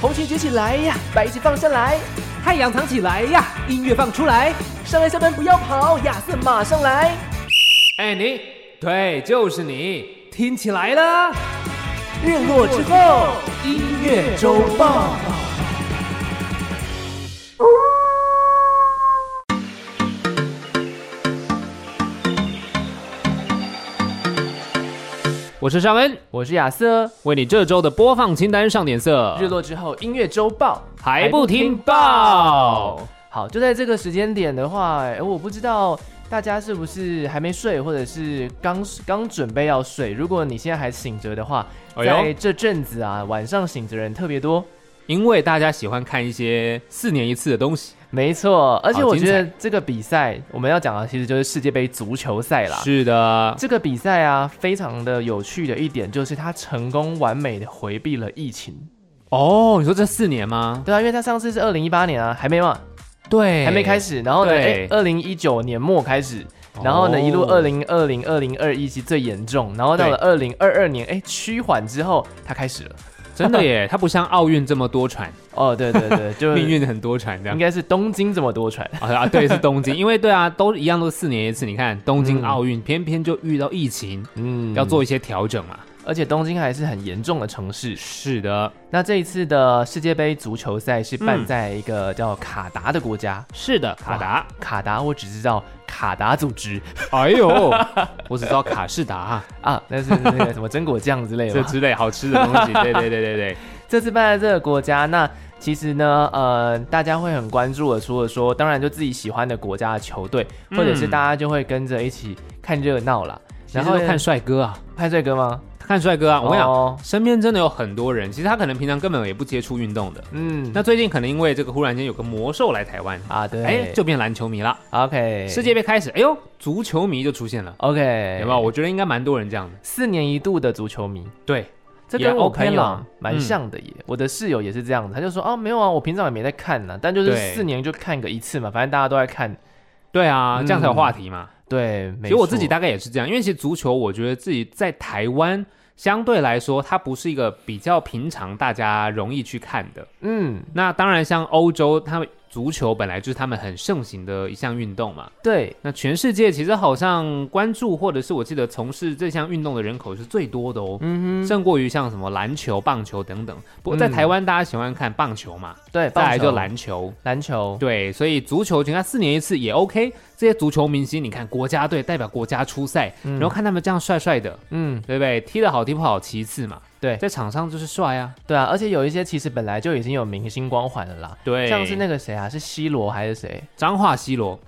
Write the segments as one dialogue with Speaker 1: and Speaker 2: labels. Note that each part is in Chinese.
Speaker 1: 红裙举起来呀，白旗放下来，
Speaker 2: 太阳藏起来呀，音乐放出来。
Speaker 1: 上来下班不要跑，亚瑟马上来。
Speaker 2: 哎，你，对，就是你，听起来了。
Speaker 1: 日落之后，
Speaker 2: 音乐周报。我是尚恩，
Speaker 1: 我是亚瑟。
Speaker 2: 为你这周的播放清单上点色。
Speaker 1: 日落之后，音乐周报
Speaker 2: 还不听报？
Speaker 1: 好，就在这个时间点的话，哎我不知道大家是不是还没睡，或者是刚刚准备要睡。如果你现在还醒着的话，
Speaker 2: 哎呦
Speaker 1: 在这阵子啊，晚上醒着人特别多。
Speaker 2: 因为大家喜欢看一些四年一次的东西。
Speaker 1: 没错，而且
Speaker 2: 好
Speaker 1: 我
Speaker 2: 精
Speaker 1: 觉
Speaker 2: 彩
Speaker 1: 得这个比赛我们要讲的其实就是世界杯足球赛啦。
Speaker 2: 是的，
Speaker 1: 这个比赛啊，非常的有趣的一点就是它成功完美的回避了疫情。
Speaker 2: 哦，你说这四年吗？
Speaker 1: 对啊，因为它上次是二零一八年啊，还没嘛，
Speaker 2: 对
Speaker 1: 还没开
Speaker 2: 始。
Speaker 1: 始。然后呢，
Speaker 2: 对
Speaker 1: 哎，二零一九年末开始，然后呢，一路
Speaker 2: 哦
Speaker 1: 二零二零、二零二一期最严重，然后到
Speaker 2: 对
Speaker 1: 了二零二二年，哎，趋缓之后，它开始了。
Speaker 2: 真的耶，它不像奥运这么多舛，
Speaker 1: 哦，对对对， 就
Speaker 2: 命
Speaker 1: 是
Speaker 2: 运很多舛这样
Speaker 1: 应。该是东京这么多船。
Speaker 2: 啊啊，对，是东 京，因为对啊，都一样，都是四年一次。你看东京
Speaker 1: 嗯
Speaker 2: 奥运，偏偏就遇到疫情，
Speaker 1: 嗯
Speaker 2: 要做，一些调整嘛。
Speaker 1: 而且东京还是很严重的城市。
Speaker 2: 是的，
Speaker 1: 那这一次的世界杯足球赛是办
Speaker 2: 嗯
Speaker 1: 在一个叫卡达的国家，
Speaker 2: 是的，卡达。
Speaker 1: 卡达，我只知道卡达组织
Speaker 2: 哎呦，我只知道卡士达、
Speaker 1: 啊，那是那 个什么榛果酱之类的
Speaker 2: 这
Speaker 1: 吧。
Speaker 2: 之类好吃的东 西。对对对对对，
Speaker 1: 这次办在这个国家，那其实呢，呃，大家会很关注的，除了说，当然就自己喜欢的国家的球队，
Speaker 2: 嗯
Speaker 1: 或者是大家就会跟着一起看热闹啦。
Speaker 2: 然
Speaker 1: 然
Speaker 2: 后
Speaker 1: 后
Speaker 2: 看帅哥啊，
Speaker 1: 派帅哥吗？
Speaker 2: 看帅哥啊，我跟你讲。
Speaker 1: 哦
Speaker 2: 身边真的有很多人，其实他可能平常根本也不接触运动的。
Speaker 1: 嗯，
Speaker 2: 那最近可能因为这个，忽然间有个魔兽来台湾，
Speaker 1: 啊对，
Speaker 2: 哎，就变篮球迷了。
Speaker 1: OK，
Speaker 2: 世界杯开始，哎呦，足球迷就出现了，
Speaker 1: OK，
Speaker 2: 有没有？？我觉得应该蛮多人这样的。
Speaker 1: 四年一度的足球迷，
Speaker 2: 对，
Speaker 1: 这
Speaker 2: 也哦
Speaker 1: 跟我
Speaker 2: OK
Speaker 1: 朋友
Speaker 2: 啦
Speaker 1: 蛮像的耶。我的室友也是这样子，他就说哦，没有啊，我平常也没在看呢、但就是
Speaker 2: 对
Speaker 1: 四年就看个一次嘛，反正大家都在看。
Speaker 2: 对啊，
Speaker 1: 嗯
Speaker 2: 这样才有话题嘛。
Speaker 1: 对，没
Speaker 2: 其实我自
Speaker 1: 错
Speaker 2: 己大概也是这样，因为其实足球，我觉得自己在台湾相对来说，它不是一个比较平常大家容易去看的。
Speaker 1: 嗯，
Speaker 2: 那当然，像欧洲，他们足球本来就是他们很盛行的一项运动嘛。
Speaker 1: 对，
Speaker 2: 那全世界其实好像关注或者是我记得从事这项运动的人口是最多的哦，
Speaker 1: 嗯
Speaker 2: 胜过于像什么篮球、棒球等等。不过在
Speaker 1: 嗯
Speaker 2: 台湾，大家喜欢看棒球嘛，
Speaker 1: 哼，对，
Speaker 2: 再来
Speaker 1: 棒球
Speaker 2: 就篮球。
Speaker 1: 篮球，
Speaker 2: 对，所以足球，你看四年一次也 OK。这些足球明星，你看国家队代表国家出赛，
Speaker 1: 嗯
Speaker 2: 然后看他们这样帅帅的，
Speaker 1: 嗯，
Speaker 2: 对不对？踢得好踢不好其次嘛，
Speaker 1: 对
Speaker 2: 在场上就是帅啊。
Speaker 1: 对啊，而且有一些其实本来就已经有明星光环了啦，
Speaker 2: 对
Speaker 1: 像是那个谁啊，是 C 罗还是谁？
Speaker 2: 彰化 C 罗，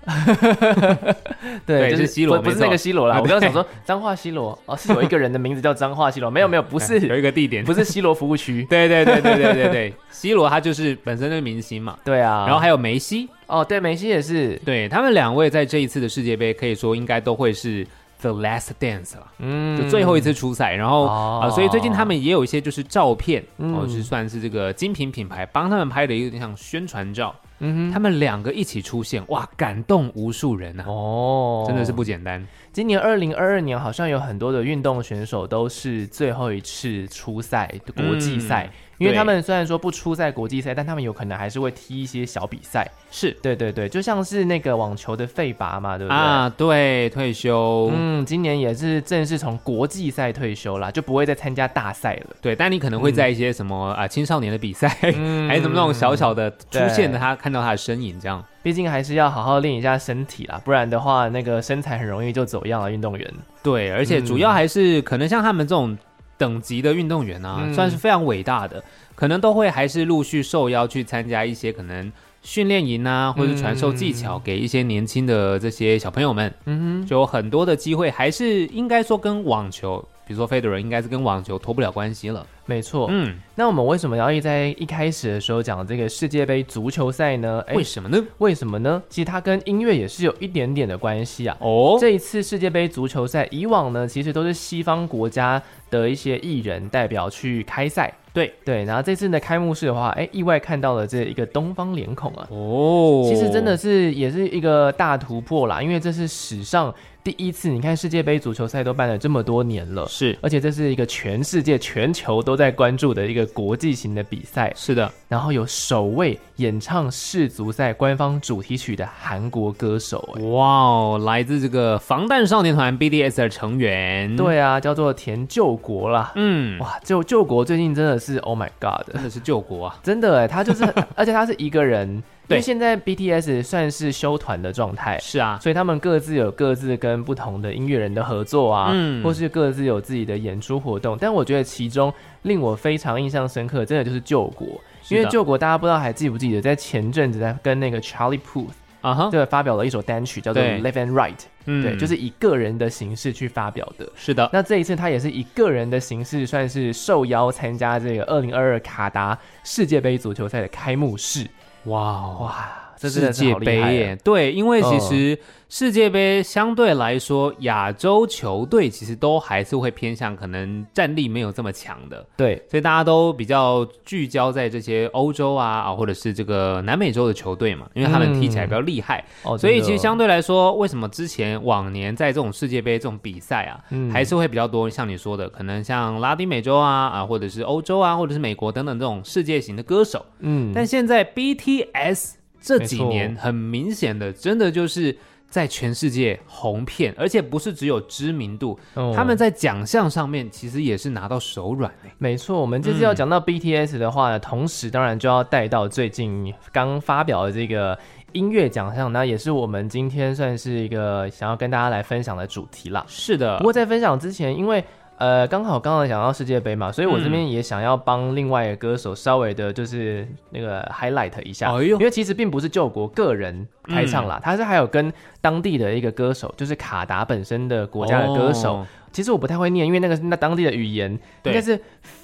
Speaker 2: 对
Speaker 1: 就是
Speaker 2: C 罗
Speaker 1: 不不是
Speaker 2: 没错
Speaker 1: 那个 C 罗 啦，
Speaker 2: 啊
Speaker 1: 我刚刚
Speaker 2: 对
Speaker 1: 想说彰化 C 罗，哦，是有一个人的名字叫彰化 C 罗，没有没有，不
Speaker 2: 哎有
Speaker 1: 是
Speaker 2: 一个地点，
Speaker 1: 不是 C 罗服务区，
Speaker 2: 对对对对对对 对，C 罗他就是本身就是明星嘛，
Speaker 1: 对啊，
Speaker 2: 然后还有梅西，
Speaker 1: 哦，对，梅西也是，
Speaker 2: 对他们两位在这一次的世界杯，可以说应该都会是 the last dance 了，
Speaker 1: 嗯，
Speaker 2: 就最后一次出赛。然后
Speaker 1: 哦
Speaker 2: 啊、所以最近他们也有一些就是照片，
Speaker 1: 嗯
Speaker 2: 哦，是算是这个精品品牌帮他们拍的一个像宣传照，
Speaker 1: 嗯
Speaker 2: 他们两个一起出现，哇，感动无数人啊
Speaker 1: 哼，！哦，
Speaker 2: 真的是不简单，
Speaker 1: 今年二零二二年好像有很多的运动选手都是最后一次出赛国际赛，
Speaker 2: 嗯
Speaker 1: 因为
Speaker 2: 对
Speaker 1: 他们虽然说不出赛国际赛，但他们有可能还是会踢一些小比赛。
Speaker 2: 是
Speaker 1: 对对对，就像是那个网球的费拔嘛，对不对？
Speaker 2: 啊，对，退休。
Speaker 1: 嗯，今年也是正式从国际赛退休啦，就不会再参加大赛了。
Speaker 2: 对，但你可能会在一些什么啊、青少年的比赛，
Speaker 1: 嗯
Speaker 2: 哎还是什么那种小小的出
Speaker 1: 对
Speaker 2: 现的他看到他的身影这样。
Speaker 1: 毕竟还是要好好练一下身体啦，不然的话，那个身材很容易就走样了。运动员，
Speaker 2: 对，而且主要还是可能像他们这种等级的运动员啊，
Speaker 1: 嗯
Speaker 2: 算是非常伟大的，可能都会还是陆续受邀去参加一些可能训练营啊，或者是传授技巧给一些年轻的这些小朋友们，
Speaker 1: 嗯
Speaker 2: 就有很多的机会，还是应该说跟网球，比如说费德勒，应该是跟网球脱不了关系了。
Speaker 1: 哼，没错。
Speaker 2: 嗯，
Speaker 1: 那我们为什么要一在一开始的时候讲这个世界杯足球赛呢？哎
Speaker 2: 为什么呢？
Speaker 1: 为什么呢？其实它跟音乐也是有一点点的关系啊。
Speaker 2: 哦，
Speaker 1: 这一次世界杯足球赛，以往呢其实都是西方国家的一些艺人代表去开赛，
Speaker 2: 对
Speaker 1: 对。然后这次的开幕式的话，哎，意外看到了这一个东方脸孔啊，
Speaker 2: 哦，
Speaker 1: 其实真的是也是一个大突破啦，因为这是史上第一次，你看世界杯足球赛都办了这么多年了，
Speaker 2: 是
Speaker 1: 而且这是一个全世界、全球都在关注的一个国际型的比赛，
Speaker 2: 是的，
Speaker 1: 然后有首位演唱世足赛官方主题曲的韩国歌手、哎
Speaker 2: 哇哦，来自这个防弹少年团 BDS 的成员，，
Speaker 1: 对啊，叫做田救国啦。
Speaker 2: 嗯，
Speaker 1: 哇，救救国最近真的是 Oh my God，
Speaker 2: 真的是救国啊，
Speaker 1: 真的哎，他就是， 而且他是一个人，因
Speaker 2: 对
Speaker 1: 为现在 BTS 算是休团的状态，
Speaker 2: 是啊，
Speaker 1: 所以他们各自有各自跟不同的音乐人的合作啊，
Speaker 2: 嗯
Speaker 1: 或是各自有自己的演出活动。但我觉得其中令我非常印象深刻，真的就是救国，
Speaker 2: 是
Speaker 1: 因
Speaker 2: 的
Speaker 1: 为救国大家不知道还记不记得，在前阵子在跟那个 Charlie Puth
Speaker 2: 啊哈，
Speaker 1: 对发表了一首单曲叫做《
Speaker 2: 对
Speaker 1: Left and Right》，
Speaker 2: 嗯
Speaker 1: 对，就是以个人的形式去发表的。
Speaker 2: 是的，
Speaker 1: 那这一次他也是以个人的形式，算是受邀参加这个二零二二卡达世界杯足球赛的开幕式。
Speaker 2: 哇哦。
Speaker 1: 哇，这真
Speaker 2: 世
Speaker 1: 的是
Speaker 2: 界
Speaker 1: 好
Speaker 2: 杯
Speaker 1: 厉害啊、
Speaker 2: 耶，对，因为其
Speaker 1: 嗯
Speaker 2: 实世界杯相对来说，亚洲球队其实都还是会偏向可能战力没有这么强的，
Speaker 1: 对，
Speaker 2: 所以大家都比较聚焦在这些欧洲啊啊，或者是这个南美洲的球队嘛，因为他们踢起来比较厉害，
Speaker 1: 哦，
Speaker 2: 所
Speaker 1: 真
Speaker 2: 以
Speaker 1: 的
Speaker 2: 其实相对来说，为什么之前往年在这种世界杯这种比赛啊，
Speaker 1: 嗯
Speaker 2: 还是会比较多，像你说的，可能像拉丁美洲啊啊，或者是欧洲啊，或者是美国等等这种世界型的歌手，
Speaker 1: 嗯，
Speaker 2: 但现在 BTS 这
Speaker 1: 没
Speaker 2: 几
Speaker 1: 错
Speaker 2: 年很明显的，真的就是。在全世界红遍，而且不是只有知名度，
Speaker 1: 哦
Speaker 2: 他们在奖项上面其实也是拿到手软欸的、
Speaker 1: 没错，我们这次要讲到 BTS 的话呢，同时当然就要带到最近刚发表的这个音乐奖项，那也是我们今天算是一个想要跟大家来分享的主题啦。
Speaker 2: 是的
Speaker 1: 不，过在分享之前，因为呃刚好刚刚讲到世界杯嘛，所以我这边也想要帮另外一个歌手稍微的就是那个 highlight 一下，
Speaker 2: 哎呦
Speaker 1: 哦因为其嗯实并不是救国个人开唱啦，他是还有跟当地的一个歌手，就是卡达本身的国家的歌手，
Speaker 2: 哦
Speaker 1: 其实我不太会念，因为那个是那当地的语言，应
Speaker 2: 对
Speaker 1: 该是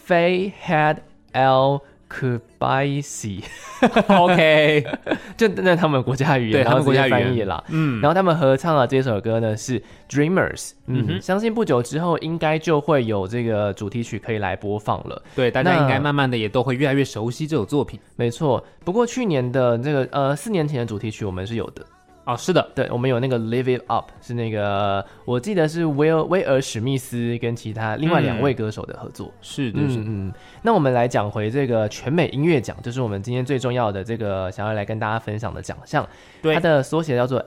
Speaker 1: Fay had L Kubaisi，
Speaker 2: OK，
Speaker 1: 就那他们国家语言，
Speaker 2: 对
Speaker 1: 然
Speaker 2: 他
Speaker 1: 后
Speaker 2: 们国家
Speaker 1: 直
Speaker 2: 语
Speaker 1: 接翻
Speaker 2: 言
Speaker 1: 译啦。
Speaker 2: 嗯，
Speaker 1: 然后他们合唱的这首歌呢是 Dreamers，嗯，
Speaker 2: 嗯哼
Speaker 1: 相信不久之后应该就会有这个主题曲可以来播放了。
Speaker 2: 对，大家
Speaker 1: 那
Speaker 2: 应该慢慢的也都会越来越熟悉这首作品
Speaker 1: 没错，不过去年的这个呃四年前的主题曲我们是有的，
Speaker 2: 哦。是的，
Speaker 1: 对，我们有那个 Live It Up，是那个我记得是威尔威尔史密斯跟其他另外
Speaker 2: 嗯
Speaker 1: 两位歌手的合作。
Speaker 2: 是的，是的，
Speaker 1: 嗯嗯，那我们来讲回这个全美音乐奖，就是我们今天最重要的这个想要来跟大家分享的奖项。
Speaker 2: 对
Speaker 1: 它的缩写叫做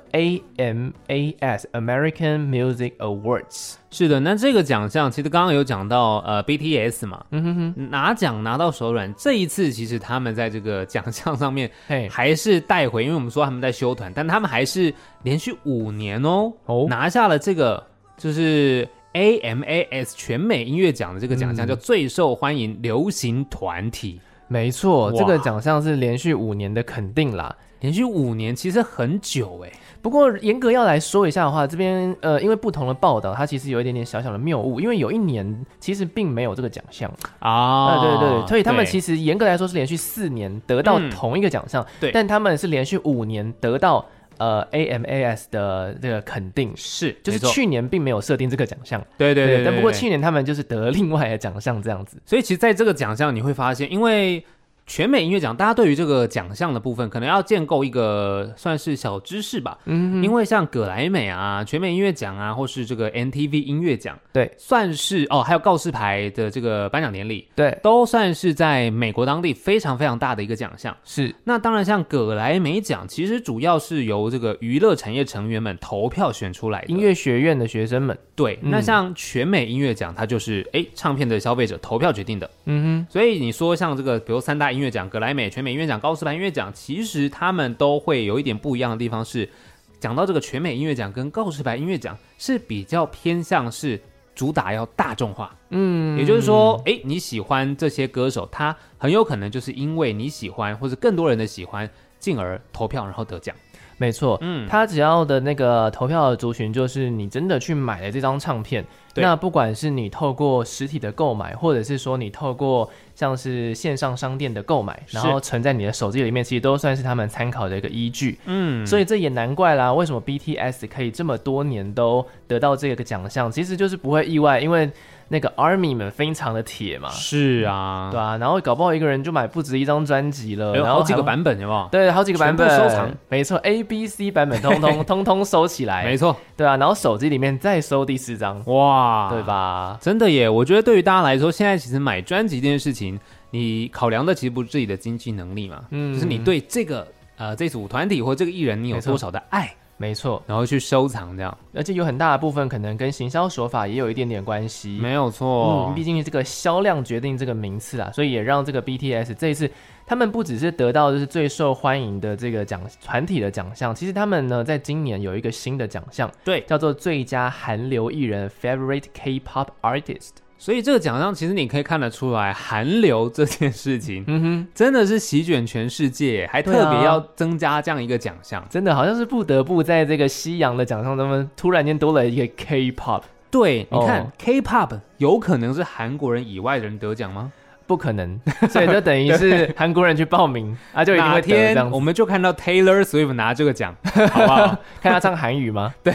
Speaker 1: AMAS American Music Awards。
Speaker 2: 是的。那这个奖项其实刚刚有讲到呃 BTS 嘛，
Speaker 1: 嗯哼哼，
Speaker 2: 拿奖拿到手软。这一次其实他们在这个奖项上面 哎
Speaker 1: 嘿，
Speaker 2: 还是带回，因为我们说他们在休团，但他们还是连续五年哦，
Speaker 1: 哦
Speaker 2: 拿下了这个就是 AMAS 全美音乐奖的这个奖
Speaker 1: 嗯
Speaker 2: 项，叫最受欢迎流行团体。
Speaker 1: 没错，
Speaker 2: 哇
Speaker 1: 这个奖项是连续五年的肯定啦。
Speaker 2: 连续五年其实很久哎、
Speaker 1: 不过严格要来说一下的话，这边呃，因为不同的报道，它其实有一点点小小的谬误，因为有一年其实并没有这个奖项。
Speaker 2: 啊
Speaker 1: 啊，对对对，所以他们其
Speaker 2: 实
Speaker 1: 实严格来说是连续四年得到
Speaker 2: 嗯
Speaker 1: 同一个奖项，
Speaker 2: 对
Speaker 1: 但他们是连续五年得到呃 AMAS 的这个肯定，
Speaker 2: 是
Speaker 1: 就是
Speaker 2: 没错
Speaker 1: 去年并没有设定这个奖项，
Speaker 2: 对对对对
Speaker 1: 但不过
Speaker 2: 对
Speaker 1: 去年他们就是得另外的奖项这样子，
Speaker 2: 所以其实在这个奖项你会发现，因为全美音乐奖，大家对于这个奖项的部分可能要建构一个算是小知识吧，
Speaker 1: 嗯，
Speaker 2: 因为像葛莱美啊、全美音乐奖啊，或是这个 NTV 音乐奖，
Speaker 1: 对
Speaker 2: 算是哦，还有告示牌的这个颁奖典礼，
Speaker 1: 对，
Speaker 2: 都算是在美国当地非常非常大的一个奖项。
Speaker 1: 是
Speaker 2: 那当然，像葛莱美奖，其实主要是由这个娱乐产业成员们投票选出来的。
Speaker 1: 音乐学院的学生们，
Speaker 2: 对，那
Speaker 1: 嗯
Speaker 2: 像全美音乐奖，它就是哎唱片的消费者投票决定的。
Speaker 1: 嗯
Speaker 2: 所以你说像这个，比如三大音乐奖，格莱美、全美音乐奖、高斯牌音乐奖，其实他们都会有一点不一样的地方是，讲到这个全美音乐奖跟告示牌音乐奖是比较偏向是主打要大众化，
Speaker 1: 哼，嗯，
Speaker 2: 也就是说，诶，你喜欢这些歌手，他很有可能就是因为你喜欢或者更多人的喜欢，进而投票然后得奖。
Speaker 1: 没错，
Speaker 2: 嗯，
Speaker 1: 他只要的那个投票的族群，就是你真的去买了这张唱片。
Speaker 2: 对
Speaker 1: 那不管是你透过实体的购买，或者是说你透过像是线上商店的购买，
Speaker 2: 是
Speaker 1: 然后存在你的手机里面，其实都算是他们参考的一个依据。
Speaker 2: 嗯，
Speaker 1: 所以这也难怪啦，为什么 BTS 可以这么多年都得到这个奖项，其实就是不会意外，因为。那个 ARMY 们非常的铁嘛，
Speaker 2: 是啊，
Speaker 1: 对啊，然后搞不好一个人就买不止一张专辑了，
Speaker 2: 哎呦
Speaker 1: 然后
Speaker 2: 好几个
Speaker 1: 还
Speaker 2: 版本有没有？
Speaker 1: 对，好几个版本
Speaker 2: 全部收藏，
Speaker 1: 没错，A、B、C 版本通 通通通收起来
Speaker 2: 没，错，
Speaker 1: 对啊，然后手机里面再收第四张，
Speaker 2: 哇，
Speaker 1: 对？吧？
Speaker 2: 真的耶，我觉得对于大家来说，现在其实买专辑这件事情，你考量的其实不是自己的经济能力嘛，
Speaker 1: 嗯
Speaker 2: 就是你对这个呃这组团体或这个艺人，你有
Speaker 1: 没错
Speaker 2: 多少的爱，
Speaker 1: 没错，
Speaker 2: 然后去收藏这样，
Speaker 1: 而且有很大的部分可能跟行销手法也有一点点关系，
Speaker 2: 没有错
Speaker 1: 嗯，，毕竟这个销量决定这个名次啊，所以也让这个 BTS 这一次，他们不只是得到就是最受欢迎的这个奖团体的奖项，其实他们呢在今年有一个新的奖项，
Speaker 2: 对，
Speaker 1: 叫做最佳韩流艺人 Favorite K-pop Artist。
Speaker 2: 所以这个奖项其实你可以看得出来，韩流这件事情
Speaker 1: 嗯哼，
Speaker 2: 真的是席卷全世界，还特
Speaker 1: 对
Speaker 2: 别
Speaker 1: 啊
Speaker 2: 要增加这样一个奖项。
Speaker 1: 真的好像是不得不在这个西洋的奖项中们突然间多了一个 K-pop，
Speaker 2: 对，你看、
Speaker 1: 哦
Speaker 2: K-pop 有可能是韩国人以外的人得奖吗？
Speaker 1: 不可能，所以就等于是韩国人去报名，啊就一定
Speaker 2: 哪
Speaker 1: 会得这
Speaker 2: 天
Speaker 1: 样
Speaker 2: 我
Speaker 1: 子。
Speaker 2: 们就看到 Taylor Swift 拿这个 奖，好不好？
Speaker 1: 看他唱韩语吗？
Speaker 2: 对，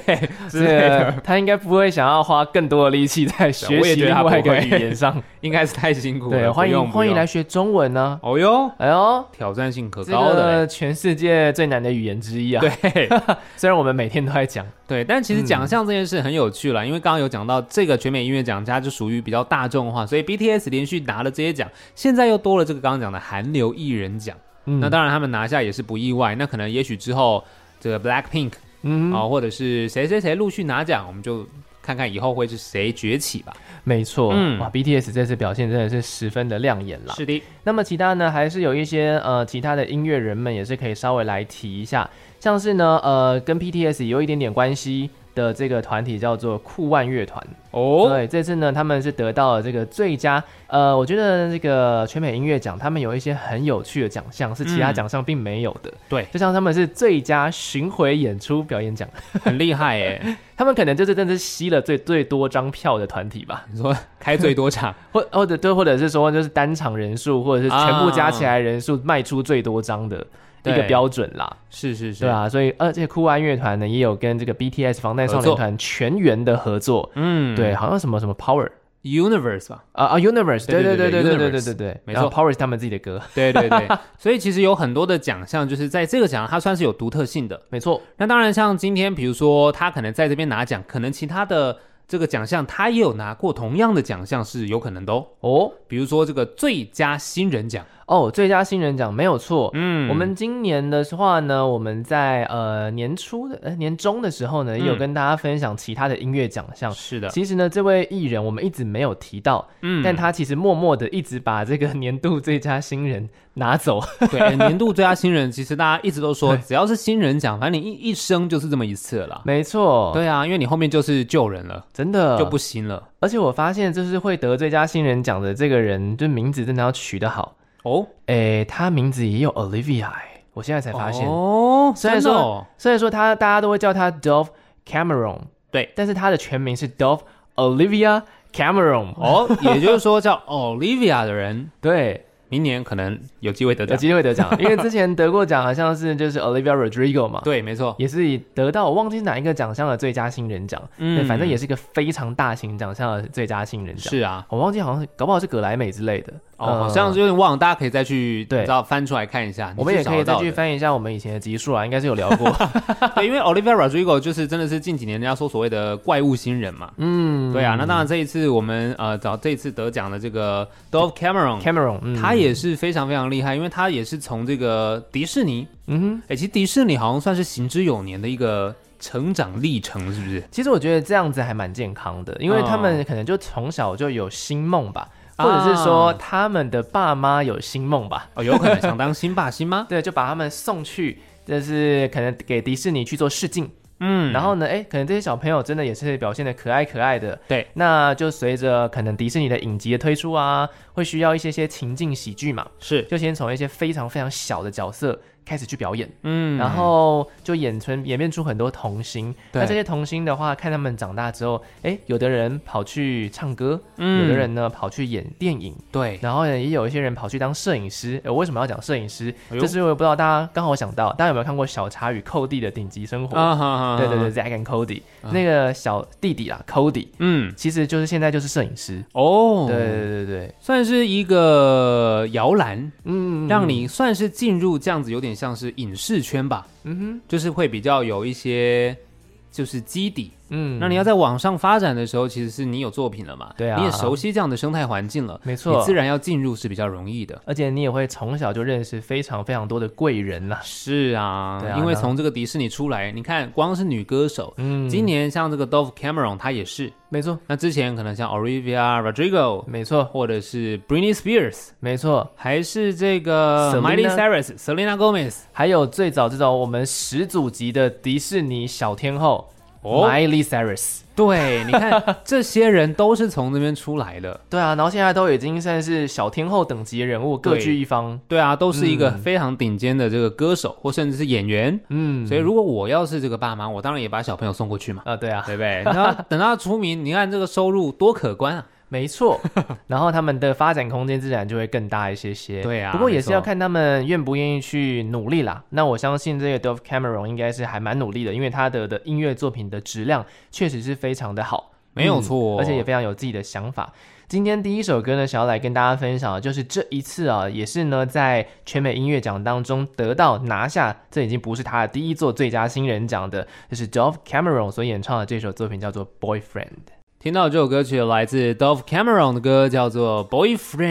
Speaker 2: 之类的，
Speaker 1: 这，他应该不会想要花更多的力气在学
Speaker 2: 我也
Speaker 1: 习
Speaker 2: 觉得
Speaker 1: 另
Speaker 2: 他
Speaker 1: 外一
Speaker 2: 不
Speaker 1: 个
Speaker 2: 会
Speaker 1: 语言 上。
Speaker 2: 应该是太辛苦了。
Speaker 1: 对，
Speaker 2: 不
Speaker 1: 欢
Speaker 2: 用
Speaker 1: 迎欢迎来。学中文呢、
Speaker 2: 不用哦哟，
Speaker 1: 哎呦，
Speaker 2: 挑战性可
Speaker 1: 这
Speaker 2: 高的
Speaker 1: 个全世界最难的语言之一啊！
Speaker 2: 嘞。，对
Speaker 1: 虽然我们每天都在讲，
Speaker 2: 对，但
Speaker 1: 嗯
Speaker 2: 其实奖项这件事很有趣了，因为刚刚有讲到这个全美音乐奖，它就属于比较大众化，所以 BTS 连续拿了这些奖，现在又多了这个刚刚讲的韩流艺人奖。
Speaker 1: 嗯
Speaker 2: 那当然，他们拿下也是不意外。那可能也许之后这个 Blackpink
Speaker 1: 嗯，
Speaker 2: 啊、或者是谁谁谁陆续拿奖，我们就看看以后会是谁崛起吧。
Speaker 1: 没错，
Speaker 2: 嗯
Speaker 1: 哇，BTS 这次表现真的是十分的亮眼啦。
Speaker 2: 是的，
Speaker 1: 那么其他呢，还是有一些呃其他的音乐人们也是可以稍微来提一下，像是呢呃跟 BTS 有一点点关系的这个团体叫做酷万乐团。
Speaker 2: 哦，
Speaker 1: 对，这次呢，他们是得到了这个最佳，呃，我觉得这个全美音乐奖，他们有一些很有趣的奖项，是其他
Speaker 2: 嗯
Speaker 1: 奖项并没有的。
Speaker 2: 对
Speaker 1: 就像他们是最佳巡回演出表演奖，
Speaker 2: 很厉害耶！
Speaker 1: 他们可能就是真的是吸了最最多张票的团体吧，
Speaker 2: 你说开最多 场，
Speaker 1: 或或者对，或者是说就是单场人数，或者是全部加起来人数卖出最多张的。一个
Speaker 2: 啊对
Speaker 1: 标准啦，
Speaker 2: 是是是，
Speaker 1: 对，啊，所以而且酷安乐团呢也有跟这个 BTS 防弹少
Speaker 2: 合
Speaker 1: 年
Speaker 2: 作
Speaker 1: 团全员的合作，
Speaker 2: 嗯，
Speaker 1: 对，好像什么什么 Power，
Speaker 2: ，Universe 吧，
Speaker 1: 啊啊，Universe，对
Speaker 2: 对
Speaker 1: 对对对对
Speaker 2: 对对
Speaker 1: 对对
Speaker 2: Universe，
Speaker 1: 对对，
Speaker 2: 没
Speaker 1: 然后
Speaker 2: 错
Speaker 1: ，Power 是他们自己的歌，
Speaker 2: 对对对，所以其实有很多的奖项，就是在这个奖它算是有独特性的。
Speaker 1: 没错，
Speaker 2: 那当然，像今天比如说他可能在这边拿奖，可能其他的这个奖项他也有拿过同样的奖项是有可能的哦。
Speaker 1: 哦
Speaker 2: 比如说这个最佳新人奖，
Speaker 1: 哦，最佳新人奖没有错。
Speaker 2: 嗯
Speaker 1: 我们今年的话呢，我们在呃年初的呃年中的时候呢，也有
Speaker 2: 嗯
Speaker 1: 跟大家分享其他的音乐奖项。
Speaker 2: 是的，
Speaker 1: 其实呢，这位艺人我们一直没有提到，
Speaker 2: 嗯
Speaker 1: 但他其实默默的一直把这个年度最佳新人拿 走。
Speaker 2: 对哎年度最佳新人，其实大家一直都说，
Speaker 1: 对
Speaker 2: 只要是新人奖，反正你一一生就是这么一次了啦。
Speaker 1: 没错，，
Speaker 2: 对啊，因为你后面就是救人了，
Speaker 1: 真的
Speaker 2: 就不。新了
Speaker 1: 而且我发现，就是会得最佳新人奖的这个人，就名字真的要取得好。
Speaker 2: 哦。
Speaker 1: 诶，他名字也有 Olivia，哎我现在才发现。
Speaker 2: 哦，
Speaker 1: 虽然
Speaker 2: 真的
Speaker 1: 说
Speaker 2: 哦
Speaker 1: 虽然说他大家都会叫他 Dove Cameron，
Speaker 2: 对，
Speaker 1: 但是他的全名是 Dove Olivia Cameron，、
Speaker 2: 哦，也就是说叫 Olivia 的人，
Speaker 1: 对，
Speaker 2: 明年可能有机会得
Speaker 1: 有
Speaker 2: 奖。
Speaker 1: 机会得奖，因为之前得过奖好像是就是 Olivia Rodrigo 嘛，
Speaker 2: 对，没错，
Speaker 1: 也是以得到我忘记哪一个奖项的最佳新人奖，对，
Speaker 2: 嗯
Speaker 1: 反正也是一个非常大型奖项的最佳新人奖，
Speaker 2: 是啊。
Speaker 1: 我忘记好像是搞不好是格莱美之类的，
Speaker 2: 哦，
Speaker 1: 呃
Speaker 2: 好像是有点忘了，大家可以再去，
Speaker 1: 对
Speaker 2: 你知道翻出来看一下。
Speaker 1: 我们也可以再去
Speaker 2: 你是找得
Speaker 1: 翻一下我们以前的集数啊，应该是有聊 过，
Speaker 2: 到的。对，因为 Olivia Rodrigo 就是真的是近几年人家说所谓的怪物新人嘛。
Speaker 1: 嗯，
Speaker 2: 对啊，那当然这一次我们呃找这一次得奖的这个 Dove Cameron，
Speaker 1: Cameron，嗯
Speaker 2: 他也是非常非常厉害，因为他也是从这个迪士尼，
Speaker 1: 嗯哼。
Speaker 2: 哎，其实迪士尼好像算是行之有年的一个成长历程，是不是？
Speaker 1: 其实我觉得这样子还蛮健康的，因为他们可能就从小就有星梦吧，或者是说
Speaker 2: 哦啊
Speaker 1: 他们的爸妈有星梦吧，，
Speaker 2: 哦，有可能想当新爸新妈
Speaker 1: 对，就把他们送去，就是可能给迪士尼去做试镜，
Speaker 2: 嗯，
Speaker 1: 然后呢，哎，可能这些小朋友真的也是表现的可爱可爱的，
Speaker 2: 对，
Speaker 1: 那就随着可能迪士尼的影集的推出啊，会需要一些些情境喜剧嘛，
Speaker 2: 是
Speaker 1: 就先从一些非常非常小的角色开始去表演，
Speaker 2: 嗯
Speaker 1: 然后就演成演变出很多童星。
Speaker 2: 对
Speaker 1: 那这些童星的话，看他们长大之后，哎，有的人跑去唱歌，
Speaker 2: 嗯
Speaker 1: 有的人呢跑去演电影，
Speaker 2: 对，
Speaker 1: 然后呢也有一些人跑去当摄影师。诶我为什么要讲摄影师？
Speaker 2: 哎呦
Speaker 1: 就是因为我不知道大家刚好想到，大家有没有看过小茶与寇弟的顶级生活？
Speaker 2: 啊哈哈，
Speaker 1: 对对对，，Zack and Cody、那个小弟弟啦，Cody
Speaker 2: 嗯，
Speaker 1: 其实就是现在就是摄影师。
Speaker 2: 哦，
Speaker 1: 对对，对对对，
Speaker 2: 算是一个摇篮，
Speaker 1: 嗯，
Speaker 2: 让你算是进入这样子，有点像是影视圈吧，
Speaker 1: 嗯
Speaker 2: 就是会比较有一些就是基底。
Speaker 1: 哼，嗯，
Speaker 2: 那你要在网上发展的时候，其实是你有作品了嘛，
Speaker 1: 对啊
Speaker 2: 你也熟悉这样的生态环境了，
Speaker 1: 没错
Speaker 2: 你自然要进入是比较容易的。
Speaker 1: 而且你也会从小就认识非常非常多的贵人啦。
Speaker 2: 是啊，
Speaker 1: 对啊
Speaker 2: 因为
Speaker 1: 那
Speaker 2: 从这个迪士尼出来，你看光是女歌手，
Speaker 1: 嗯，
Speaker 2: 今年像这个 Dove Cameron 她也是，
Speaker 1: 没错，
Speaker 2: 那之前可能像 Olivia Rodrigo
Speaker 1: 没错，
Speaker 2: 或者是 Britney Spears，
Speaker 1: 没错。
Speaker 2: 还是这个
Speaker 1: Selena
Speaker 2: Miley Cyrus、Selena Gomez，
Speaker 1: 还有最早这种我们始祖级的迪士尼小天后、
Speaker 2: 哦
Speaker 1: Miley Cyrus。
Speaker 2: 对，你 看这些人都是从这边出来的。
Speaker 1: 对啊，然后现在都已经算是小天后等级的人物，各
Speaker 2: 对
Speaker 1: 据一方。
Speaker 2: 对啊，都是一个
Speaker 1: 嗯
Speaker 2: 非常顶尖的这个歌手，或甚至是演员。
Speaker 1: 嗯，
Speaker 2: 所以如果我要是这个爸妈，我当然也把小朋友送过去 嘛，
Speaker 1: 啊，对啊，
Speaker 2: 对不对？那等到他出名，你看这个收入多可观啊！
Speaker 1: 没错， 然后他们的发展空间自然就会更大一些些。
Speaker 2: 对啊
Speaker 1: 不过也是要
Speaker 2: 没错
Speaker 1: 看他们愿不愿意去努力啦。那我相信这个 Dove Cameron 应该是还蛮努力的，因为他的的音乐作品的质量确实是非常的好，
Speaker 2: 没有错哦
Speaker 1: 嗯而且也非常有自己的想法。今天第一首歌呢，想要来跟大家分享的就是这一次啊，也是呢在全美音乐奖当中得到拿下，这已经不是他的第一座最佳新人奖的，就是 Dove Cameron 所演唱的这首作品叫做《Boyfriend》。
Speaker 2: 听到这首歌曲来自 Dove Cameron 的歌，叫做《Boyfriend》。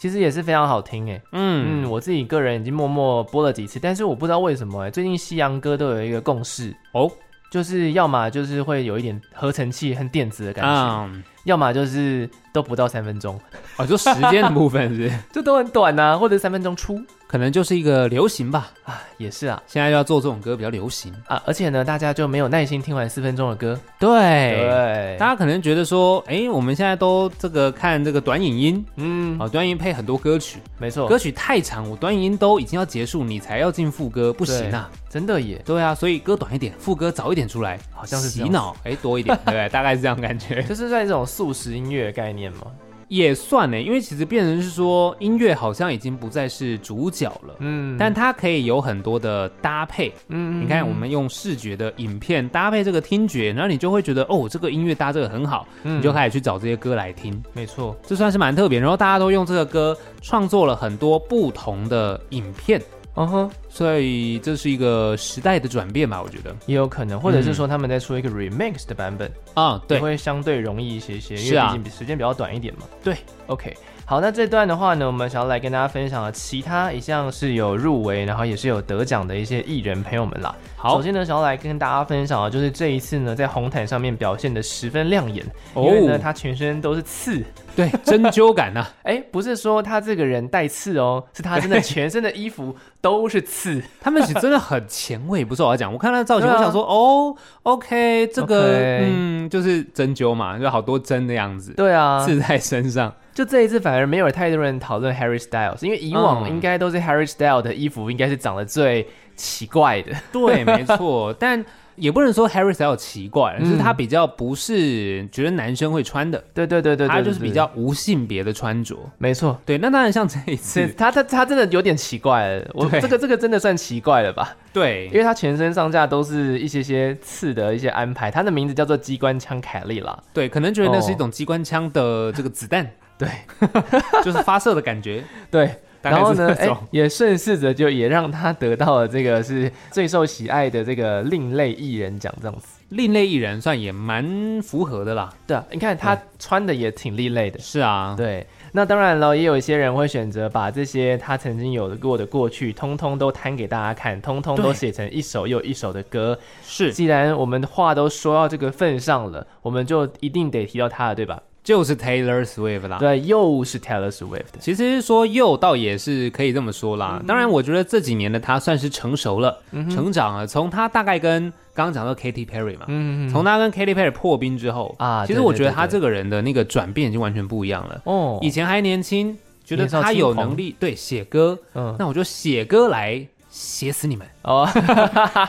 Speaker 1: 其实也是非常好听诶、
Speaker 2: 嗯，
Speaker 1: 嗯，我自己个人已经默默播了几次，但是我不知道为什么、欸，最近西洋歌都有一个共识，
Speaker 2: 哦，
Speaker 1: 就是要么就是会有一点合成器和电子的感觉，
Speaker 2: 啊，
Speaker 1: 要么就是都不到三分钟，
Speaker 2: 哦，就时间的部分是，
Speaker 1: 这都很短呐、或者三分钟出
Speaker 2: 可能就是一个流行吧。
Speaker 1: 啊，也是啊
Speaker 2: 现在要做这种歌比较流行，
Speaker 1: 啊，而且呢，大家就没有耐心听完四分钟的歌，
Speaker 2: 对。
Speaker 1: 对，
Speaker 2: 哎大家可能觉得说，哎，我们现在都这个看这个短影音，
Speaker 1: 嗯，哦
Speaker 2: 哦，短影音配很多歌曲，
Speaker 1: 没错，
Speaker 2: 歌曲太长，我短影音都已经要结束，你才要进副歌，不行啊。
Speaker 1: 真的耶，
Speaker 2: 对啊，所以歌短一点，副歌早一点出来，
Speaker 1: 好像是啊这
Speaker 2: 洗
Speaker 1: 样
Speaker 2: 脑，哎，多一点，对不对？大概是这样 感觉，
Speaker 1: 就是算这种速食音乐的概念嘛，
Speaker 2: 也算呢，因为其实变成是说，音乐好像已经不再是主角了。
Speaker 1: 嗯，
Speaker 2: 但它可以有很多的搭配，
Speaker 1: 嗯
Speaker 2: 你看，我们用视觉的影片搭配这个听觉，然后你就会觉得哦，这个音乐搭这个很好，
Speaker 1: 嗯
Speaker 2: 你就开始去找这些歌来听，
Speaker 1: 没错，
Speaker 2: 这算是蛮特别。然后大家都用这个歌创作了很多不同的影片，
Speaker 1: 嗯哼。
Speaker 2: 所以这是一个时代的转变吧，我觉得
Speaker 1: 也有可能，或者是说他们再出一个 remix 的版本，
Speaker 2: 啊、
Speaker 1: 也
Speaker 2: 对，
Speaker 1: 会相对容易一些些，因
Speaker 2: 是
Speaker 1: 为
Speaker 2: 啊
Speaker 1: 毕竟时间比较短一点嘛。
Speaker 2: 对
Speaker 1: ，OK，好，那这段的话呢，我们想要来跟大家分享的其他一项是有入围，然后也是有得奖的一些艺人朋友们啦。
Speaker 2: 好
Speaker 1: 首先呢，想要来跟大家分享的啊就是这一次呢，在红毯上面表现的十分亮眼，因为呢，
Speaker 2: 哦
Speaker 1: 他全身都是刺。
Speaker 2: 对，针灸感呐、
Speaker 1: 哎，不是说他这个人带刺哦，是他真 的全身的衣服都是刺。
Speaker 2: 他们是真的很前卫，不是我要讲。我看他的造型，
Speaker 1: 对啊
Speaker 2: 我想说，哦，OK，这个
Speaker 1: OK
Speaker 2: 嗯，就是针灸嘛，就好多针的样子，
Speaker 1: 对啊，
Speaker 2: 刺在 身上。
Speaker 1: 就这一次反而没有太多人讨论 Harry Styles，因为以往
Speaker 2: 嗯
Speaker 1: 应该都是 Harry Styles 的衣服应该是长得最奇怪的。
Speaker 2: 对， 没错，但也不能说 Harry Styles 奇怪，
Speaker 1: 嗯
Speaker 2: 就是他比较不是觉得男生会穿的，
Speaker 1: 对对对对对，
Speaker 2: 他就是
Speaker 1: 对
Speaker 2: 比较无性别的穿着。
Speaker 1: 没错。
Speaker 2: 对，那当然像这一
Speaker 1: 是
Speaker 2: 次，
Speaker 1: 他他他真的有点奇怪了，我
Speaker 2: 对
Speaker 1: 这个这个真的算奇怪了吧？因
Speaker 2: 对，
Speaker 1: 为他全身上下都是一些些刺的一些安排，他的名字叫做机关枪凯利啦。
Speaker 2: 对，可能觉得那
Speaker 1: 哦
Speaker 2: 是一种机关枪的这个子弹，
Speaker 1: 对
Speaker 2: 就是发射的感觉。
Speaker 1: 对，
Speaker 2: 大概
Speaker 1: 然后
Speaker 2: 是
Speaker 1: 呢，
Speaker 2: 这
Speaker 1: 哎、
Speaker 2: 种
Speaker 1: 也顺势着就也让他得到了这个是最受喜爱的这个另类艺人奖这样子。
Speaker 2: 另类艺人算也蛮符合的啦。
Speaker 1: 对啊，你看他穿的也挺另类的，
Speaker 2: 是啊，
Speaker 1: 对，那当然了，也有一些人会选择把这些他曾经有过的过去，通通都摊给大家看，通通都
Speaker 2: 对
Speaker 1: 写成一首又一首的歌。
Speaker 2: 是
Speaker 1: 既然我们话都说到这个份上了，我们就一定得提到他了，对吧？
Speaker 2: 就是 Taylor Swift 啦。
Speaker 1: 对，又是 Taylor Swift。
Speaker 2: 其实说幼倒也是可以这么说
Speaker 1: 嗯
Speaker 2: 啦。当然，我觉得这几年的他算是成熟了，成长了。从他大概跟刚刚讲到 Katy Perry 嘛，
Speaker 1: 嗯，
Speaker 2: 从他跟 Katy Perry 破冰之后
Speaker 1: 啊
Speaker 2: 其实
Speaker 1: 对
Speaker 2: 我
Speaker 1: 对
Speaker 2: 觉得
Speaker 1: 对
Speaker 2: 他
Speaker 1: 对
Speaker 2: 这个人的那个转变已经完全不一样了。
Speaker 1: 哦，
Speaker 2: 以前还年轻，觉得
Speaker 1: 年少
Speaker 2: 他
Speaker 1: 轻
Speaker 2: 有
Speaker 1: 狂
Speaker 2: 能力对写歌，
Speaker 1: 嗯
Speaker 2: 那我就写歌来写 死你们！
Speaker 1: 哦，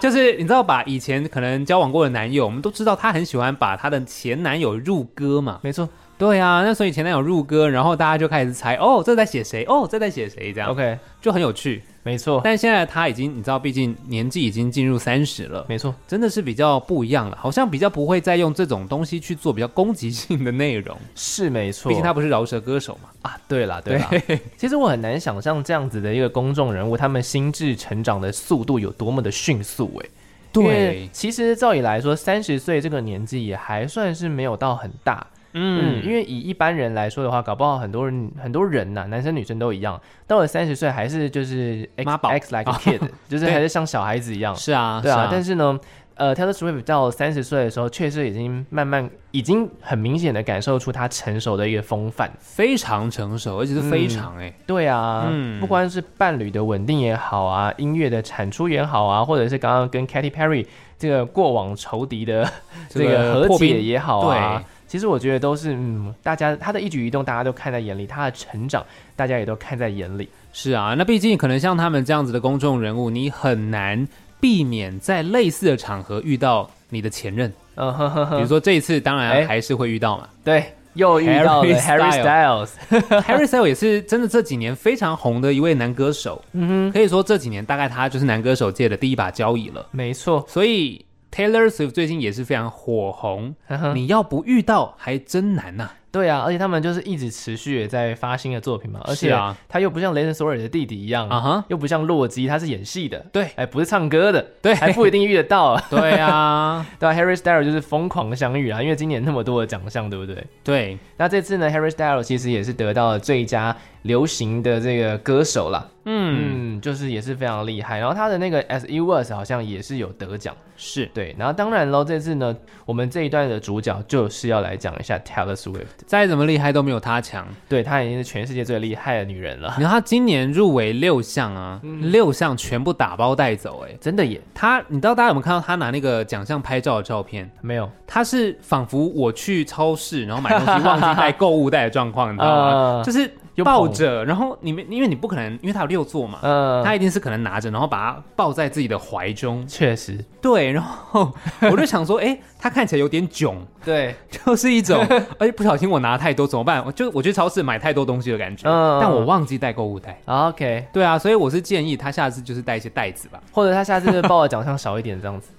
Speaker 2: 就是你知道吧？以前可能交往过的男友，我们都知道他很喜欢把他的前男友入歌嘛。
Speaker 1: 没错
Speaker 2: 对啊，那所以前男友入歌，然后大家就开始猜，哦，这在写谁？哦，这在写谁？这样
Speaker 1: ，OK，哦
Speaker 2: 就很有趣。
Speaker 1: 没错，
Speaker 2: 但现在他已经，你知道，毕竟年纪已经进入三十了，
Speaker 1: 没错，
Speaker 2: 真的是比较不一样了，好像比较不会再用这种东西去做比较攻击性的内容。
Speaker 1: 是没错。
Speaker 2: 毕竟他不是饶舌歌手嘛。
Speaker 1: 啊，对啦，对啦。 其实我很难想象这样子的一个公众人物，他们心智成长的速度有多么的迅速哎、因为
Speaker 2: 对，
Speaker 1: 其实照理来说，三十岁这个年纪也还算是没有到很大。嗯，
Speaker 2: 嗯，
Speaker 1: 因为以一般人来说的话，搞不好很多人很多人呐、男生女生都一样，到了三十岁还是就是 X,
Speaker 2: 妈宝
Speaker 1: X like a kid，、就是还是像小孩子一样。
Speaker 2: 是啊，
Speaker 1: 对啊，
Speaker 2: 是
Speaker 1: 但是呢，呃，Taylor Swift 到三十岁的时候，确实已经慢慢已经很明显的感受出她成熟的一个风范。
Speaker 2: 非常成熟，而且是
Speaker 1: 嗯
Speaker 2: 非常哎、
Speaker 1: 对啊，
Speaker 2: 嗯
Speaker 1: 不光是伴侣的稳定也好啊，音乐的产出也好啊，或者是刚刚跟 Katy Perry 这个过往仇敌的 这个和
Speaker 2: 破
Speaker 1: 解
Speaker 2: 冰
Speaker 1: 也好啊
Speaker 2: 对，
Speaker 1: 其实我觉得都是嗯，大家他的一举一动大家都看在眼里，他的成长大家也都看在眼里。
Speaker 2: 是啊，那毕竟可能像他们这样子的公众人物，你很难避免在类似的场合遇到你的前任。
Speaker 1: 嗯呵呵
Speaker 2: 比如
Speaker 1: 呵，
Speaker 2: 说这一次，当然
Speaker 1: 哎
Speaker 2: 还是会遇 到嘛。
Speaker 1: 对，又遇到了
Speaker 2: Harry
Speaker 1: Harry Styles，
Speaker 2: Harry Styles 也是真的这几年非常红的一位男歌手，
Speaker 1: 嗯哼，
Speaker 2: 可以说这几年大概他就是男歌手界的第一把交椅了。
Speaker 1: 没错，
Speaker 2: 所以 Taylor Swift 最近也是非常火红，
Speaker 1: 呵呵
Speaker 2: 你要不遇到还真难呐、
Speaker 1: 嗯对啊，而且他们就是一直持续地在发新的作品嘛，而
Speaker 2: 是
Speaker 1: 且
Speaker 2: 啊
Speaker 1: 他又不像雷神索尔的弟弟一样
Speaker 2: 啊哈
Speaker 1: 又不像洛基，他是演戏的，
Speaker 2: 对
Speaker 1: 哎，不是唱歌的，
Speaker 2: 对
Speaker 1: 还不一定遇得到。
Speaker 2: 对啊，
Speaker 1: 对啊，Harry Styles 就是疯狂相遇啊，因为今年那么多的奖项，对不对？
Speaker 2: 对，
Speaker 1: 那这次呢，Harry Styles 其实也是得到了最佳流行的这个歌手啦，
Speaker 2: 嗯，
Speaker 1: 嗯，就是也是非常厉害。然后他的那个 As You Was 好像也是有得奖，
Speaker 2: 是
Speaker 1: 对。然后当然喽，这次呢，我们这一段的主角就是要来讲一下 Taylor Swift，
Speaker 2: 再怎么厉害都没有他强。
Speaker 1: 对她已经是全世界最厉害的女人了，
Speaker 2: 你看他今年入围六项啊，六项全部打包带走、哎，
Speaker 1: 真的也
Speaker 2: 他，你知道大家有没有看到他拿那个奖项拍照的照片？
Speaker 1: 没有，
Speaker 2: 他是仿佛我去超市，然后买东西忘记带购物袋的状况，你知道吗？
Speaker 1: 呃
Speaker 2: 就是
Speaker 1: 又
Speaker 2: 抱
Speaker 1: 捧
Speaker 2: 着，然后你们因为你不可能，因为他有六座嘛，
Speaker 1: 呃，
Speaker 2: 他一定是可能拿着，然后把它抱在自己的怀中。
Speaker 1: 确实，
Speaker 2: 对，然后 我就想说，哎、他看起来有点囧，
Speaker 1: 对，
Speaker 2: 就是一种，哎，不小心我拿太多怎么办？我就我去超市买太多东西的感觉，
Speaker 1: 嗯
Speaker 2: 但我忘记带购物袋。
Speaker 1: OK，
Speaker 2: 对啊，所以我是建议他下次就是带一些袋子 吧。
Speaker 1: 或者他下次就报的奖项少一点这样子。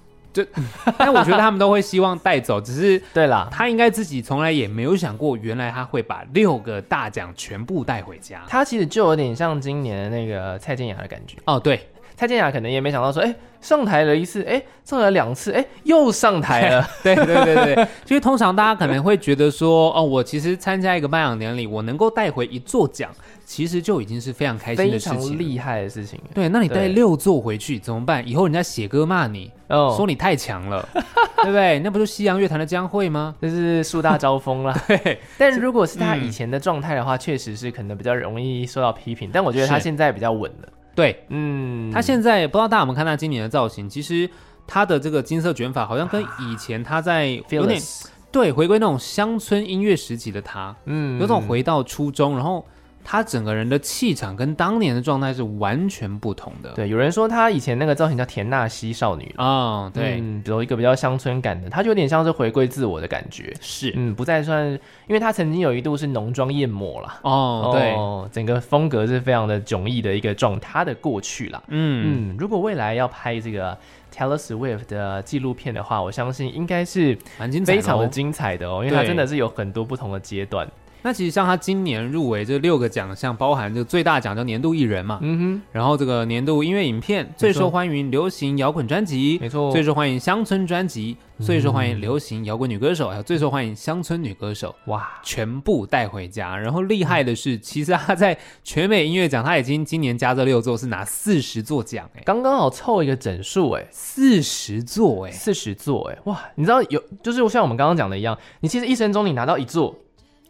Speaker 2: 但我觉得他们都会希望带走，只是
Speaker 1: 对啦，
Speaker 2: 他应该自己从来也没有想过，原来他会把六个大奖全部带回家。
Speaker 1: 他其实就有点像今年的那个蔡健雅的感觉。
Speaker 2: 哦，对，
Speaker 1: 蔡健雅可能也没想到说，哎、上台了一次，哎、上台了两次，哎、又上台 了。
Speaker 2: 对对对对 对，就是通常大家可能会觉得说，哦，我其实参加一个颁奖典礼，我能够带回一座奖，其实就已经是非常开心
Speaker 1: 非
Speaker 2: 的事
Speaker 1: 常
Speaker 2: 情了。
Speaker 1: 厉害的事情。
Speaker 2: 对，那你带
Speaker 1: 对
Speaker 2: 六座回去怎么办？以后人家写歌骂你，
Speaker 1: 哦，
Speaker 2: 说你太强了， 对不对？那不就西洋乐坛的江蕙吗？
Speaker 1: 这是树大招风啦。
Speaker 2: 对，
Speaker 1: 但如果是他
Speaker 2: 嗯
Speaker 1: 以前的状态的话，确、实是可能比较容易受到批评。但我觉得他
Speaker 2: 是
Speaker 1: 现在比较稳了。
Speaker 2: 对
Speaker 1: 嗯，
Speaker 2: 他现在不知道大家有没有看他今年的造型，其实他的这个金色卷发好像跟以前他在有点
Speaker 1: fearless，
Speaker 2: 对回归那种乡村音乐时期的他，
Speaker 1: 嗯
Speaker 2: 有种回到初中，然后他整个人的气场跟当年的状态是完全不同的。
Speaker 1: 对。有人说他以前那个造型叫田纳西少女了。
Speaker 2: 啊，对，
Speaker 1: 嗯，比如一个比较乡村感的，他就有点像是回归自我的感觉。
Speaker 2: 是
Speaker 1: 嗯，不再算，因为他曾经有一度是浓妆艳抹啦。
Speaker 2: 哦，对，
Speaker 1: 整个风格是非常的迥异的一个状，他的过去啦。
Speaker 2: 嗯，
Speaker 1: 嗯，如果未来要拍这个 Taylor Swift 的纪录片的话，我相信应该是
Speaker 2: 蛮精彩的哦
Speaker 1: 非常的精彩的哦，因为它
Speaker 2: 对
Speaker 1: 真的是有很多不同的阶段。
Speaker 2: 那其实像他今年入围这六个奖项，包含这个最大奖叫年度艺人嘛，
Speaker 1: 嗯
Speaker 2: 然后这个年度音乐影片最受欢迎流行摇滚专辑，
Speaker 1: 没错
Speaker 2: 最受欢迎乡村专辑，最受欢迎流行摇滚女歌手，还有最受欢迎乡村女歌手。
Speaker 1: 哼，哇，
Speaker 2: 全部带回家，然后厉害的是，其实他在全美音乐奖，他已经今年加这六座是拿四十座奖，哎，
Speaker 1: 刚刚好凑一个整数哎。
Speaker 2: 四十座，哎，
Speaker 1: 四十座哎、哇！你知道有，就是像我们刚刚讲的一样，你其实一生中你拿到一座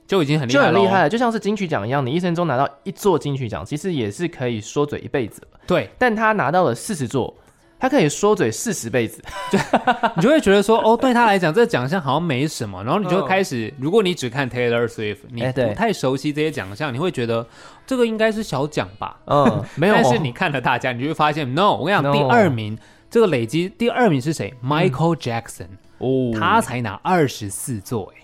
Speaker 2: 就已经很厉
Speaker 1: 就
Speaker 2: 害
Speaker 1: 很
Speaker 2: 了，
Speaker 1: 厉害，了，就像是金曲奖一样，你一生中拿到一座金曲奖，其实也是可以说嘴一辈子了。
Speaker 2: 对，
Speaker 1: 但他拿到了四十座，他可以说嘴四十辈子。
Speaker 2: 你就会觉得说，哦，对他来讲，这个奖项好像没什么。然后你就
Speaker 1: 嗯
Speaker 2: 开始，如果你只看 Taylor Swift，你
Speaker 1: 哎对
Speaker 2: 不太熟悉这些奖项，你会觉得这个应该是小奖吧？
Speaker 1: 嗯， 没有哦，
Speaker 2: 但是你看了大家，你就会发现，no，我跟你讲，
Speaker 1: No 嗯
Speaker 2: 第二名这个累积，第二名是谁？Michael Jackson，
Speaker 1: 哦，
Speaker 2: 他才拿二十四座，哎，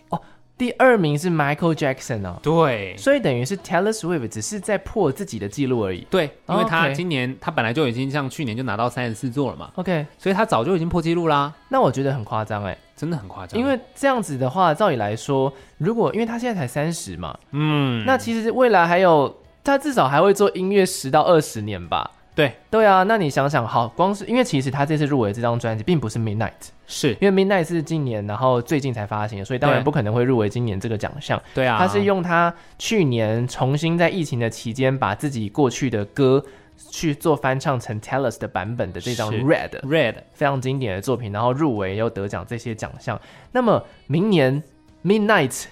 Speaker 1: 第二名是 Michael Jackson 哦，
Speaker 2: 对。
Speaker 1: 所以等于是 Taylor Swift 只是在破自己的记录而已。
Speaker 2: 对，因为他
Speaker 1: OK
Speaker 2: 今年、他本来就已经像去年就拿到三十四座了嘛，
Speaker 1: OK，
Speaker 2: 所以他早就已经破纪录啦，
Speaker 1: 那我觉得很夸张哎，
Speaker 2: 真的很夸张。
Speaker 1: 因为这样子的话，照理来说，如果因为他现在才三十嘛，
Speaker 2: 嗯，
Speaker 1: 那其实未来还有他至少还会做音乐十到二十年吧。
Speaker 2: 对
Speaker 1: 对啊，那你想想，好，光是因为其实他这次入围的这张专辑并不是 Midnight，
Speaker 2: 是
Speaker 1: 因为 Midnight 是今年，然后最近才发行的，所以当然
Speaker 2: 对
Speaker 1: 不可能会入围今年这个奖项。
Speaker 2: 对啊，
Speaker 1: 他是用他去年重新在疫情的期间，把自己过去的歌去做翻唱成 Taylor's 的版本的这张
Speaker 2: 是
Speaker 1: Red，
Speaker 2: Red
Speaker 1: 非常经典的作品，然后入围又得奖这些奖项。那么明年 Midnight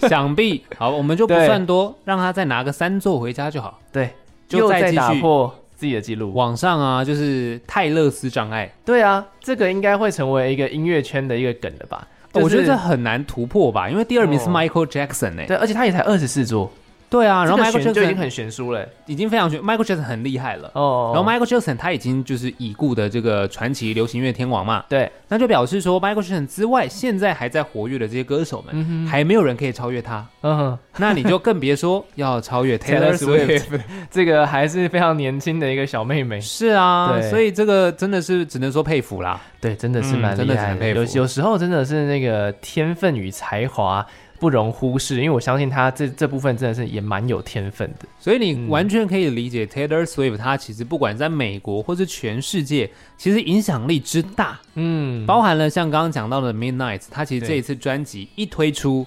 Speaker 2: 想必好，我们就不
Speaker 1: 对
Speaker 2: 算多，让他再拿个三座回家就好。
Speaker 1: 对
Speaker 2: 就
Speaker 1: 又
Speaker 2: 再
Speaker 1: 再
Speaker 2: 继
Speaker 1: 打
Speaker 2: 续
Speaker 1: 破自己的记录，
Speaker 2: 网上啊，就是泰勒斯障碍，
Speaker 1: 对啊，这个应该会成为一个音乐圈的一个梗了吧？
Speaker 2: 哦我觉得这
Speaker 1: 就是
Speaker 2: 很难突破吧，因为第二名是
Speaker 1: 哦
Speaker 2: Michael Jackson 哎、
Speaker 1: 对，而且他也才二十四桌，
Speaker 2: 对啊，然后
Speaker 1: 这个
Speaker 2: Michael
Speaker 1: 悬就已经
Speaker 2: Jackson
Speaker 1: 很悬殊了欸。
Speaker 2: 已经非常，Michael Jackson 很厉害了。
Speaker 1: 哦，
Speaker 2: 然后 Michael Jackson 他已经就是已故的这个传奇流行乐天王嘛，
Speaker 1: 对，
Speaker 2: 那就表示说 Michael Jackson 之外，现在还在活跃的这些歌手们，
Speaker 1: 嗯
Speaker 2: 还没有人可以超越他。
Speaker 1: 嗯哼，
Speaker 2: 那你就更别说要超 越 Taylor
Speaker 1: Taylor
Speaker 2: Swift。
Speaker 1: 这个还是非常年轻的一个小妹妹。
Speaker 2: 是啊，
Speaker 1: 对
Speaker 2: 所以这个真的是只能说佩服啦。
Speaker 1: 对，真的是
Speaker 2: 嗯
Speaker 1: 蛮
Speaker 2: 真
Speaker 1: 厉
Speaker 2: 的
Speaker 1: 害
Speaker 2: 是很
Speaker 1: 的。
Speaker 2: 佩
Speaker 1: 有
Speaker 2: 服
Speaker 1: 有时候真的是那个天分与才华不容忽视，因为我相信他这这部分真的是也蛮有天分的。
Speaker 2: 所以
Speaker 1: 嗯
Speaker 2: 你完全可以理解 Taylor Swift，他其实不管在美国或是全世界，其实影响力之大，
Speaker 1: 嗯，
Speaker 2: 包含了像刚刚讲到的 Midnight，他其实
Speaker 1: 对
Speaker 2: 这一次专辑一推出，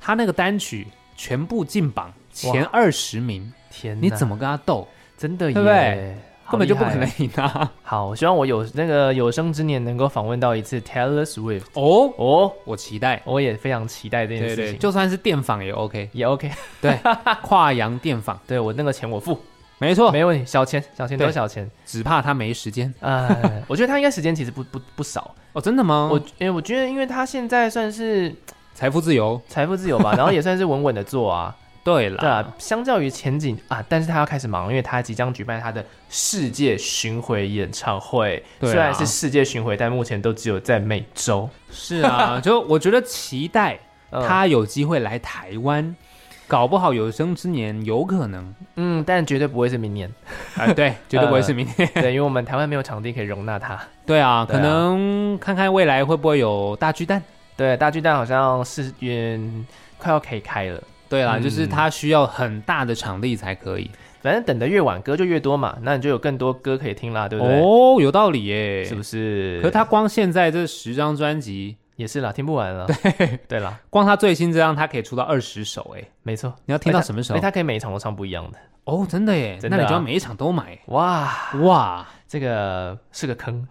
Speaker 2: 他那个单曲全部进榜前
Speaker 1: 哇
Speaker 2: 二十名，
Speaker 1: 天，
Speaker 2: 你怎
Speaker 1: 么
Speaker 2: 么跟他斗？
Speaker 1: 真的耶？
Speaker 2: 对不对
Speaker 1: 好
Speaker 2: 根本就
Speaker 1: 厉
Speaker 2: 不
Speaker 1: 害
Speaker 2: 可能
Speaker 1: 哦。
Speaker 2: 赢啊他
Speaker 1: 好，我希望我有那个有生之年能够访问到一次 Taylor Swift。
Speaker 2: 哦！
Speaker 1: 哦，
Speaker 2: 我期待，
Speaker 1: 我也非常期待这件
Speaker 2: 对
Speaker 1: 事情。
Speaker 2: 对，就算是电访也 OK，
Speaker 1: 也 OK，
Speaker 2: 跨洋电访，
Speaker 1: 对我那个钱我付，哦
Speaker 2: 没错，
Speaker 1: 没问题，小钱小钱都
Speaker 2: 对
Speaker 1: 是小钱。
Speaker 2: 只怕他没时间
Speaker 1: 呃，我觉得他应该时间其实不不不少。
Speaker 2: 哦，真的吗？
Speaker 1: 我因为我觉得，因为他现在算是
Speaker 2: 财富自由，
Speaker 1: 财富自由 吧，然后也算是稳稳的做啊。
Speaker 2: 对了，
Speaker 1: 对啊，相较于前景啊，但是他要开始忙了，因为他即将举办他的世界巡回演唱会。
Speaker 2: 对啊
Speaker 1: 虽然是世界巡回，但目前都只有在美洲。
Speaker 2: 是啊，就我觉得期待
Speaker 1: 嗯
Speaker 2: 他有机会来台湾，搞不好有生之年有 可能，
Speaker 1: 嗯，但绝对不会是明 年，
Speaker 2: 哎，对，绝对不会是明天。
Speaker 1: 对，因为我们台湾没有场地可以容纳他。
Speaker 2: 对啊，
Speaker 1: 嗯对啊
Speaker 2: 可能看看未来会不会有大巨蛋。
Speaker 1: 对，大巨蛋好像是嗯快要可以开了。
Speaker 2: 对啦，
Speaker 1: 嗯
Speaker 2: 就是他需要很大的场地才可以。
Speaker 1: 反正等的越晚，歌就越多嘛，那你就有更多歌可以听啦，对不对？
Speaker 2: 哦，有道理耶。
Speaker 1: 是
Speaker 2: 是
Speaker 1: 不是？
Speaker 2: 可是他光现在这十张专辑，
Speaker 1: 也是啦，听不完了。 对，对啦，
Speaker 2: 光他最新这张，他可以出到二十首哎。
Speaker 1: 没错。
Speaker 2: 你要听到什么时
Speaker 1: 所
Speaker 2: 候
Speaker 1: 以？他可以每一场都唱不一样的。
Speaker 2: 哦，真的耶，
Speaker 1: 真的
Speaker 2: 那
Speaker 1: 啊
Speaker 2: 你就要每一场 都买。
Speaker 1: 哇，
Speaker 2: 哇，
Speaker 1: 这个是个坑，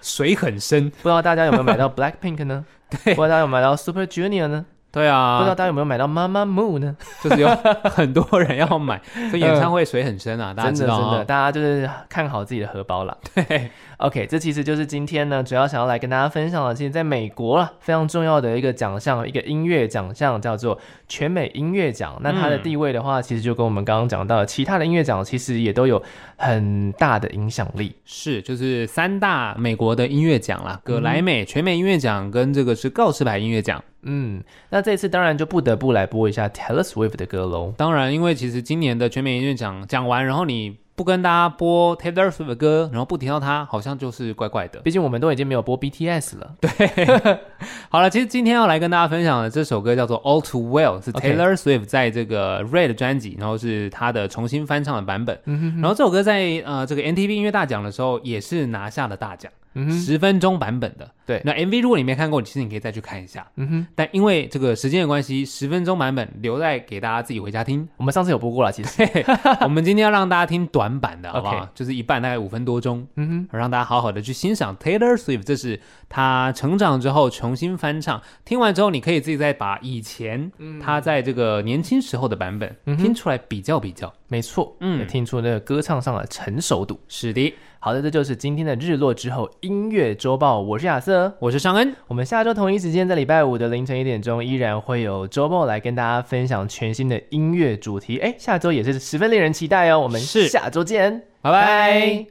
Speaker 2: 水很深。
Speaker 1: 不知道大家有没有 买到 Blackpink 呢？对，不知道大家有没有买到 Super Junior 呢？
Speaker 2: 对
Speaker 1: 不知道
Speaker 2: 啊，
Speaker 1: 大家有没有买到 Mama Moo 呢？
Speaker 2: 就是有很多人要买，所以演唱会水很 深啊，大家
Speaker 1: 真
Speaker 2: 知
Speaker 1: 的
Speaker 2: 道
Speaker 1: 真
Speaker 2: 啊
Speaker 1: 的，。大家就是看好自己的荷包啦。
Speaker 2: 对，
Speaker 1: OK，这其实就是今天呢，主要想要来跟大家分享的，其实在美国啊，非常重要的一个奖项，一个音乐奖项叫做全美音乐奖。那它的地位的
Speaker 2: 嗯
Speaker 1: 话，其实就跟我们刚刚讲到的其他的音乐奖，其实也都有很大的影响力。
Speaker 2: 是，就是三大美国的音乐奖啦，格莱美、全美音乐奖跟这个是告示牌音乐奖。
Speaker 1: 嗯，那这次当然就不得不来播一下 Taylor Swift 的歌喽。
Speaker 2: 当然，因为其实今年的全美音乐奖讲完，然后你不跟大家播 Taylor Swift 的歌，然后不提到他，好像就是怪怪的。
Speaker 1: 毕竟我们都已经没有播 BTS 了。对，
Speaker 2: 好了，其实今天要来跟大家分享的这首歌叫做《All Too Well》，是
Speaker 1: OK
Speaker 2: Taylor Swift 在这个 Red 专辑，然后是他的重新翻唱的版本。
Speaker 1: 嗯
Speaker 2: 然后这首歌在呃这个 MTV 音乐大奖的时候也是拿下了大奖，
Speaker 1: 嗯哼，
Speaker 2: 十、分钟版本的。
Speaker 1: 对
Speaker 2: 那 MV 如果你没看过，其实你可以再去看一下。
Speaker 1: 嗯哼，
Speaker 2: 但因为这个时间的关系，十分钟版本留在给大家自己回 家听。
Speaker 1: 我们上次有播过了，其 实。
Speaker 2: 我们今天要让大家听短版的，好不好
Speaker 1: OK
Speaker 2: 就是一半，大概五分多钟，
Speaker 1: 嗯
Speaker 2: 让大家好好的去欣赏 Taylor Swift。这是她成长之后重新翻唱，听完之后，你可以自己再把以前她在这个年轻时候的版本、
Speaker 1: 嗯嗯哼
Speaker 2: 听出来比较比较。
Speaker 1: 没错，
Speaker 2: 嗯
Speaker 1: 嗯，听出那个歌唱上的成熟度。
Speaker 2: 是的，
Speaker 1: 好的，这就是今天的日落之后音乐周报，我是亚瑟。
Speaker 2: 我是尚恩，
Speaker 1: 我们下周同一时间，在礼拜五的凌晨一点钟，依然会有周报来跟大家分享全新的音乐主题。哎，下周也是十分令人期待哦，我们
Speaker 2: 是
Speaker 1: 下周见，
Speaker 2: 拜拜